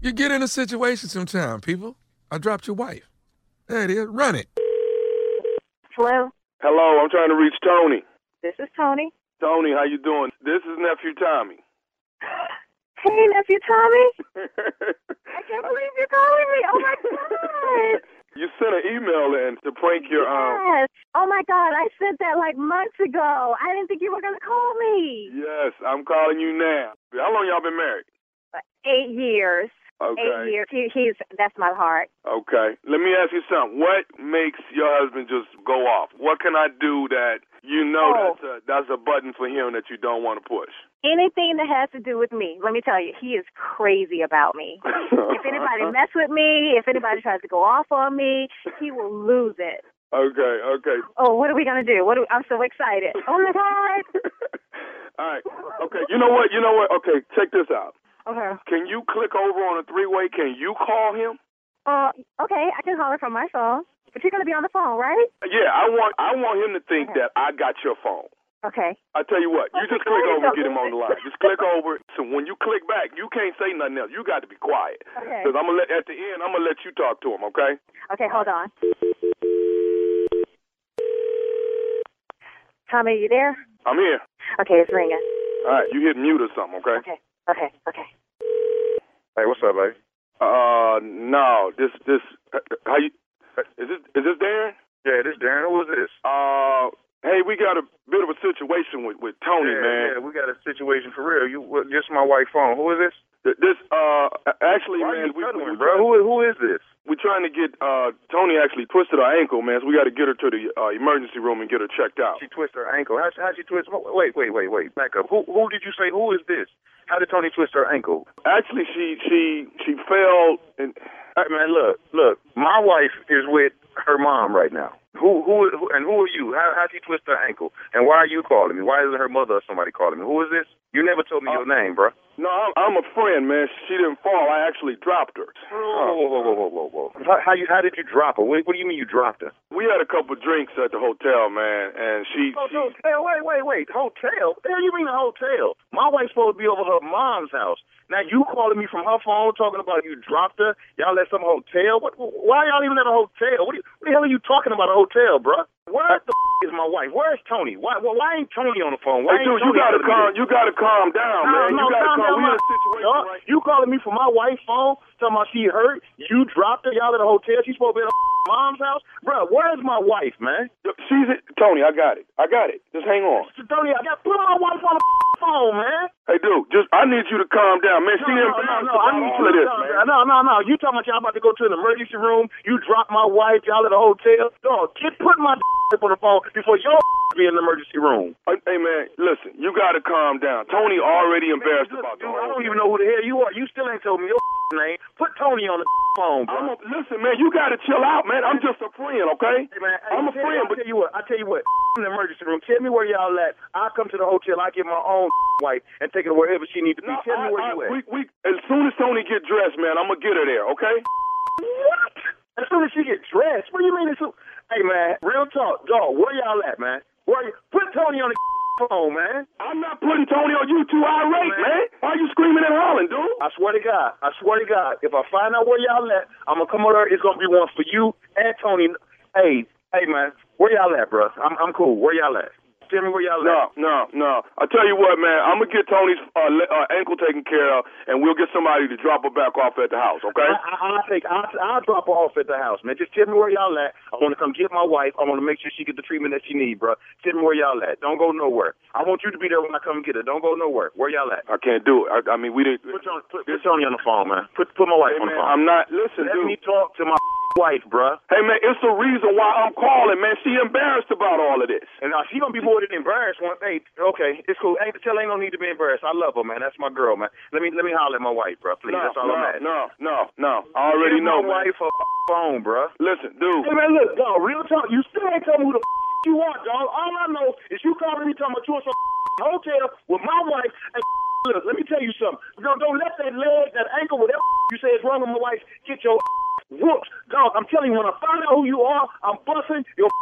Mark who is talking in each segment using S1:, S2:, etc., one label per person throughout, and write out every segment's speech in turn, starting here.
S1: You get in a situation sometime, people. I dropped your wife. There it is. Run it.
S2: Hello,
S3: Hello, I'm trying to reach Tony.
S2: this is Tony.
S3: Tony, how you doing? This is nephew Tommy.
S2: Hey, nephew Tommy. I can't believe you're calling me. Oh my god.
S3: you sent an email in to prank your um.
S2: Yes. Oh my god, I said that like months ago. I didn't think you were gonna call me.
S3: Yes, I'm calling you now. How long y'all been married?
S2: Eight years.
S3: Okay.
S2: Eight years. He, he's that's my heart.
S3: Okay. Let me ask you something. What makes your husband just go off? What can I do that you
S2: Oh.
S3: know that's a, that's a button for him that you don't want to push?
S2: Anything that has to do with me, let me tell you, he is crazy about me. If anybody mess with me, if anybody tries to go off on me, he will lose it.
S3: okay, okay.
S2: Oh, what are we gonna do? What? Are we, I'm so excited. Oh my god.
S3: All right. Okay. You know what? You know what? Okay. Check this out.
S2: Okay.
S3: Can you click over on a three-way? Can you call him?
S2: Uh, okay, I can call her from my phone. But you're gonna be on the phone, right?
S3: Yeah. I want I want him to think that I got your phone.
S2: Okay.
S3: I tell you what. You just click over and get him on the line. Just click over. So when you click back, you can't say nothing else. You got to be quiet.
S2: Okay.
S3: Cause I'm gonna let at the end. I'm gonna let you talk to him. Okay.
S2: Okay, hold on. Tommy, you there?
S3: I'm here.
S2: Okay, it's ringing.
S3: All right. You hit mute or something. Okay.
S2: Okay, okay, okay.
S4: Hey, what's up, baby?
S3: Uh, no. This this how you is this is this Darren?
S4: Yeah, this Darren. Who is this?
S3: Uh, hey, we got a bit of a situation with with Tony,
S4: yeah,
S3: man.
S4: yeah, we got a situation for real. You, what, this my wife's phone. Who is this?
S3: Th- This uh, a- actually,
S4: Why
S3: man,
S4: you
S3: we, we,
S4: cuddling,
S3: we,
S4: bro? Who, who is this?
S3: we're trying to get uh Tony actually twisted her ankle, man. So we got to get her to the uh, emergency room and get her checked out.
S4: She twisted her ankle. How, how'd she twist? Wait, wait, wait, wait. Back up. Who, who did you say? Who is this? How did Tony twist her ankle?
S3: Actually, she she she fell and
S4: All right, man, look, look. My wife is with her mom right now. Who, who, who and who are you? How, how'd you twist her ankle? And why are you calling me? Why isn't her mother or somebody calling me? Who is this? You never told me your name, bro.
S3: no, I'm, I'm a friend, man. She didn't fall. I actually dropped her.
S4: Whoa, whoa, whoa, whoa, whoa, whoa. How, how you? How did you drop her? What, what do you mean you dropped her?
S3: We had a couple drinks at the hotel, man, and she
S4: Oh,
S3: she
S4: hotel? Wait, wait, wait. Hotel? What do you mean a hotel? My wife's supposed to be over her mom's house. Now you calling me from her phone talking about you dropped her. Y'all at some hotel? What? Why y'all even at a hotel? What, do you, what the hell are you talking about a hotel, bruh? Where the f- is my wife? Where's Tony? Why? Well, why ain't Tony on the phone? Why
S3: Hey,
S4: ain't
S3: dude, you
S4: Tony
S3: gotta
S4: calling me?
S3: calm. You gotta calm down,
S4: No,
S3: man.
S4: no,
S3: you gotta
S4: calm
S3: calm.
S4: down,
S3: We in
S4: my-
S3: a situation
S4: Dog,
S3: right
S4: You calling me from my wife's phone, talking about she hurt. You dropped her. Y'all at a hotel. She's supposed to be at her mom's house, bruh. Where's my wife, man?
S3: She's it. Tony, I got it. I got it. Just hang on.
S4: Tony, I got put my wife on the f- phone, man.
S3: Hey, dude, just I need you to calm down, man. she embarrassed
S4: no, I
S3: about all
S4: need you
S3: of
S4: to
S3: this,
S4: calm
S3: man.
S4: down. No, no, no. You talking about y'all about to go to an emergency room? You dropped my wife. Y'all at a hotel? Dog, get put my on the phone before your be in the emergency room.
S3: Hey, hey, man, listen, you gotta calm down. Tony already embarrassed
S4: Look,
S3: about the
S4: dude,
S3: whole
S4: I don't
S3: thing.
S4: even know who the hell you are. You still ain't told me your name. Put Tony on the phone, bro.
S3: I'm a, listen, man, you gotta chill out, man. I'm just a friend, okay?
S4: Hey, man, hey,
S3: I'm a
S4: tell you-
S3: friend,
S4: I
S3: but
S4: tell you what, I tell you what, in the emergency room. Tell me where y'all at. I come to the hotel. I get my own wife and take her wherever she needs to be.
S3: No,
S4: tell
S3: I-
S4: me where
S3: I-
S4: you at.
S3: We, we, as soon as Tony get dressed, man, I'm gonna get her there, okay?
S4: What? As soon as she get dressed, what do you mean? As soon? Hey man, real talk, dog. Where y'all at, man? Where you? Put Tony on the phone, man.
S3: I'm not putting Tony on you too irate,
S4: Man.
S3: man. Why you screaming and hollering, dude?
S4: I swear to God, I swear to God, if I find out where y'all at, I'm gonna come over. there. It's gonna be one for you and Tony. Hey, hey man, where y'all at, bro? I'm I'm cool. Where y'all at? Tell me where y'all
S3: No,
S4: at.
S3: no, no. I tell you what, man. I'm gonna get Tony's uh, le- uh, ankle taken care of, and we'll get somebody to drop her back off at the house. Okay?
S4: I, I, I'll take. I'll, I'll drop her off at the house, man. Just tell me where y'all at. I want to come get my wife. I want to make sure she get the treatment that she need, bro. Tell me where y'all at. Don't go nowhere. I want you to be there when I come get her. Don't go nowhere. Where y'all at?
S3: I can't do it. I, I mean, we didn't.
S4: Put Tony, put, put Tony on the phone, man. Put put my wife
S3: Hey,
S4: on the
S3: man,
S4: phone.
S3: I'm not. Listen,
S4: Let
S3: dude.
S4: me talk to my wife, bruh.
S3: Hey, man, it's the reason why I'm calling, man. She embarrassed about all of this.
S4: And now she gonna be more than embarrassed. One, hey, okay, it's cool. Ain't tell her ain't no need to be embarrassed. I love her, man. That's my girl, man. Let me let me holler at my wife, bruh. Please,
S3: no,
S4: that's all
S3: no,
S4: I'm at.
S3: no, no, no. I already
S4: Give
S3: know,
S4: my
S3: man.
S4: wife a phone, bruh.
S3: Listen, dude.
S4: Hey man, look, dog. Real talk. You still ain't tell me who the f- you are, dog. All I know is you calling me talking about you in some f- hotel with my wife. And look, let me tell you something. Don't don't let that leg, that ankle, whatever you say is wrong with my wife, get your f- whooped, dog. I'm telling you, when I find out who you are, I'm busting your. f-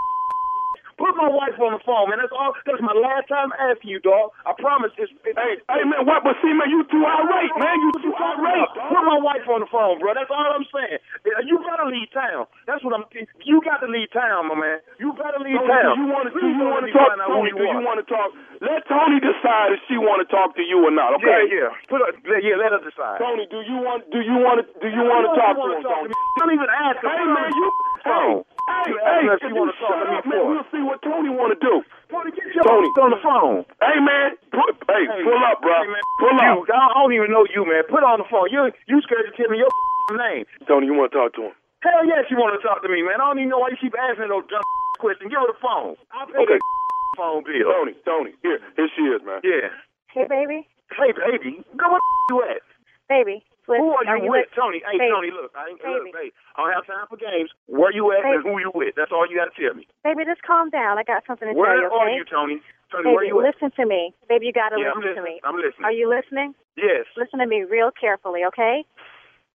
S4: Put my wife on the phone, man. That's all. That's my last time asking you, dog. I promise. It's, it's,
S3: Hey, hey, man, what? But see, man, you too irate, man. You too
S4: Hey,
S3: irate.
S4: Put my wife on the phone, bro. That's all I'm saying. You gotta leave town. That's what I'm. You got to leave town, my man. You gotta leave
S3: Tony,
S4: town.
S3: Do you want to? Do
S4: Please
S3: you
S4: don't
S3: want
S4: be
S3: to talk?
S4: finding out who
S3: Tony, do you
S4: are.
S3: want to talk? Let Tony decide if she want to talk to you or not.
S4: Yeah,
S3: Okay.
S4: yeah. Put her, let- yeah, let her decide.
S3: Tony, do you want? Do you want to? Do you want to
S4: Don't
S3: talk to
S4: wanna
S3: him?
S4: talk
S3: Tony?
S4: to me. Don't even ask her.
S3: Hey, man, you. Hey,
S4: Phone.
S3: hey,
S4: You
S3: hey.
S4: ask her if
S3: if
S4: she
S3: you
S4: wanna talk to
S3: shut
S4: me
S3: up, man,
S4: for it.
S3: we'll see what Tony want to do.
S4: Tony, get your
S3: Tony.
S4: Tony. on the phone.
S3: Hey, man. Pull, hey,
S4: Hey.
S3: pull up, bro.
S4: Hey, man,
S3: pull up.
S4: You, I don't even know you, man. Put her on the phone. You you scared to tell me your name.
S3: Tony, you want to talk to him?
S4: Hell yeah, she want to talk to me, man. I don't even know why you keep asking those dumb questions. Get her the phone. I'll pay
S3: Okay.
S4: the phone bill.
S3: Tony, Tony. Here, here she is, man.
S4: Oh, Yeah.
S2: Hey, baby,
S4: Hey, baby, go where the you at?
S2: baby. Listen,
S4: Who are you, with?
S2: with-
S4: Tony, hey,
S2: Baby.
S4: Tony, look, I ain't,
S2: Baby.
S4: look, hey, I don't have time for games. Where you at and who you with? That's all you got to tell me.
S2: Baby, just calm down. I got something to tell
S4: Where
S2: you.
S4: are
S2: Okay?
S4: you, Tony? Tony, where
S2: Baby,
S4: you at?
S2: listen to me. Baby, you gotta
S4: Yeah, I'm
S2: listen to me.
S4: listening. I'm
S2: Are
S4: listening.
S2: you listening?
S4: Yes.
S2: Listen to me real carefully, okay?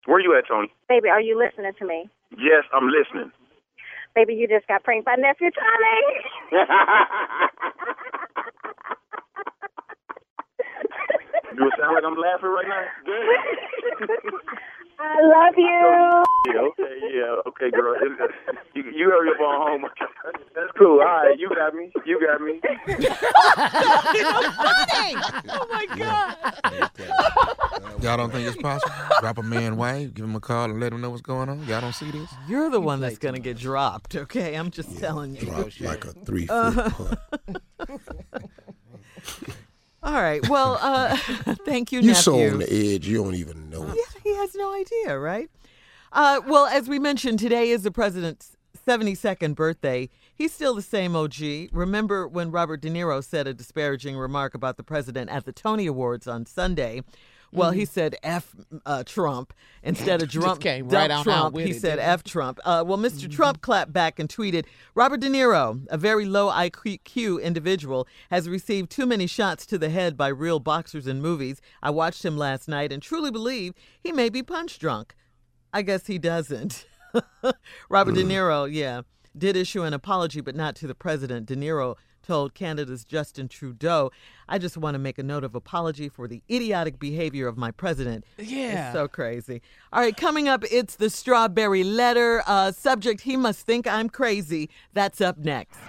S4: Where you at, Tony?
S2: Baby, are you listening to me?
S4: Yes, I'm listening.
S2: Baby, you just got pranked by nephew Charlie.
S4: Do it sound like I'm laughing right now?
S2: I love you.
S4: Yeah, okay, yeah, okay, girl. You, you hurry up on home. That's cool. All right, you got me. You got me.
S1: Y'all don't think it's possible? Drop a man way, give him a call, and let him know what's going on. Y'all don't see this?
S5: You're the one that's going to get dropped, okay? I'm just telling you. Uh,
S6: Dropped like a three foot putt.
S5: All right. Well, uh, thank you,
S6: You
S5: nephew.
S6: so on the edge, you don't even know it.
S5: Yeah, he has no idea, right? Uh, well, as we mentioned, today is the president's 72nd birthday. He's still the same OG. Remember when Robert De Niro said a disparaging remark about the president at the Tony Awards on Sunday? Well, he said F uh, Trump instead of Trump.
S7: Mm-hmm. came
S5: dump
S7: right on out
S5: Trump,
S7: with
S5: he
S7: it,
S5: said
S7: didn't
S5: F Trump. Uh, well, mister
S7: Mm-hmm.
S5: Trump clapped back and tweeted Robert De Niro, a very low IQ individual, has received too many shots to the head by real boxers in movies. I watched him last night and truly believe he may be punch drunk. I guess he doesn't. Robert De Niro, yeah, did issue an apology, but not to the president. De Niro told Canada's Justin Trudeau, I just want to make a note of apology for the idiotic behavior of my president.
S7: Yeah.
S5: It's so crazy. All right, coming up, it's the strawberry letter. Uh, subject, he must think I'm crazy. That's up next.